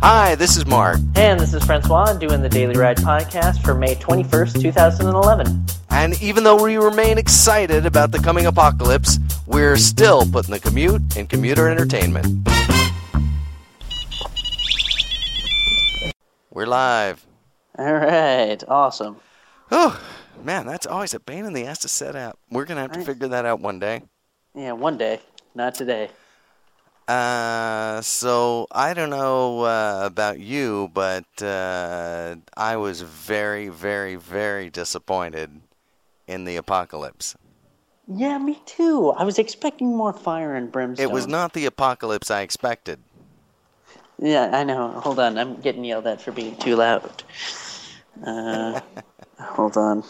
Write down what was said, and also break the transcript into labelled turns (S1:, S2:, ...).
S1: Hi, this is Mark.
S2: And this is Francois doing the Daily Ride podcast for May 21st, 2011.
S1: And even though we remain excited about the coming apocalypse, we're still putting the commute in commuter entertainment. We're live.
S2: All right, awesome.
S1: Oh, man, that's always a pain in the ass to set up. We're going to have to
S2: Right.
S1: figure that out one day.
S2: Yeah, one day, not today.
S1: Uh, so I don't know uh, about you, but uh, I was very, very, very disappointed in the apocalypse.
S2: Yeah, me too. I was expecting more fire and brimstone.
S1: It was not the apocalypse I expected.
S2: Yeah, I know. Hold on, I'm getting yelled at for being too loud. Uh, hold on.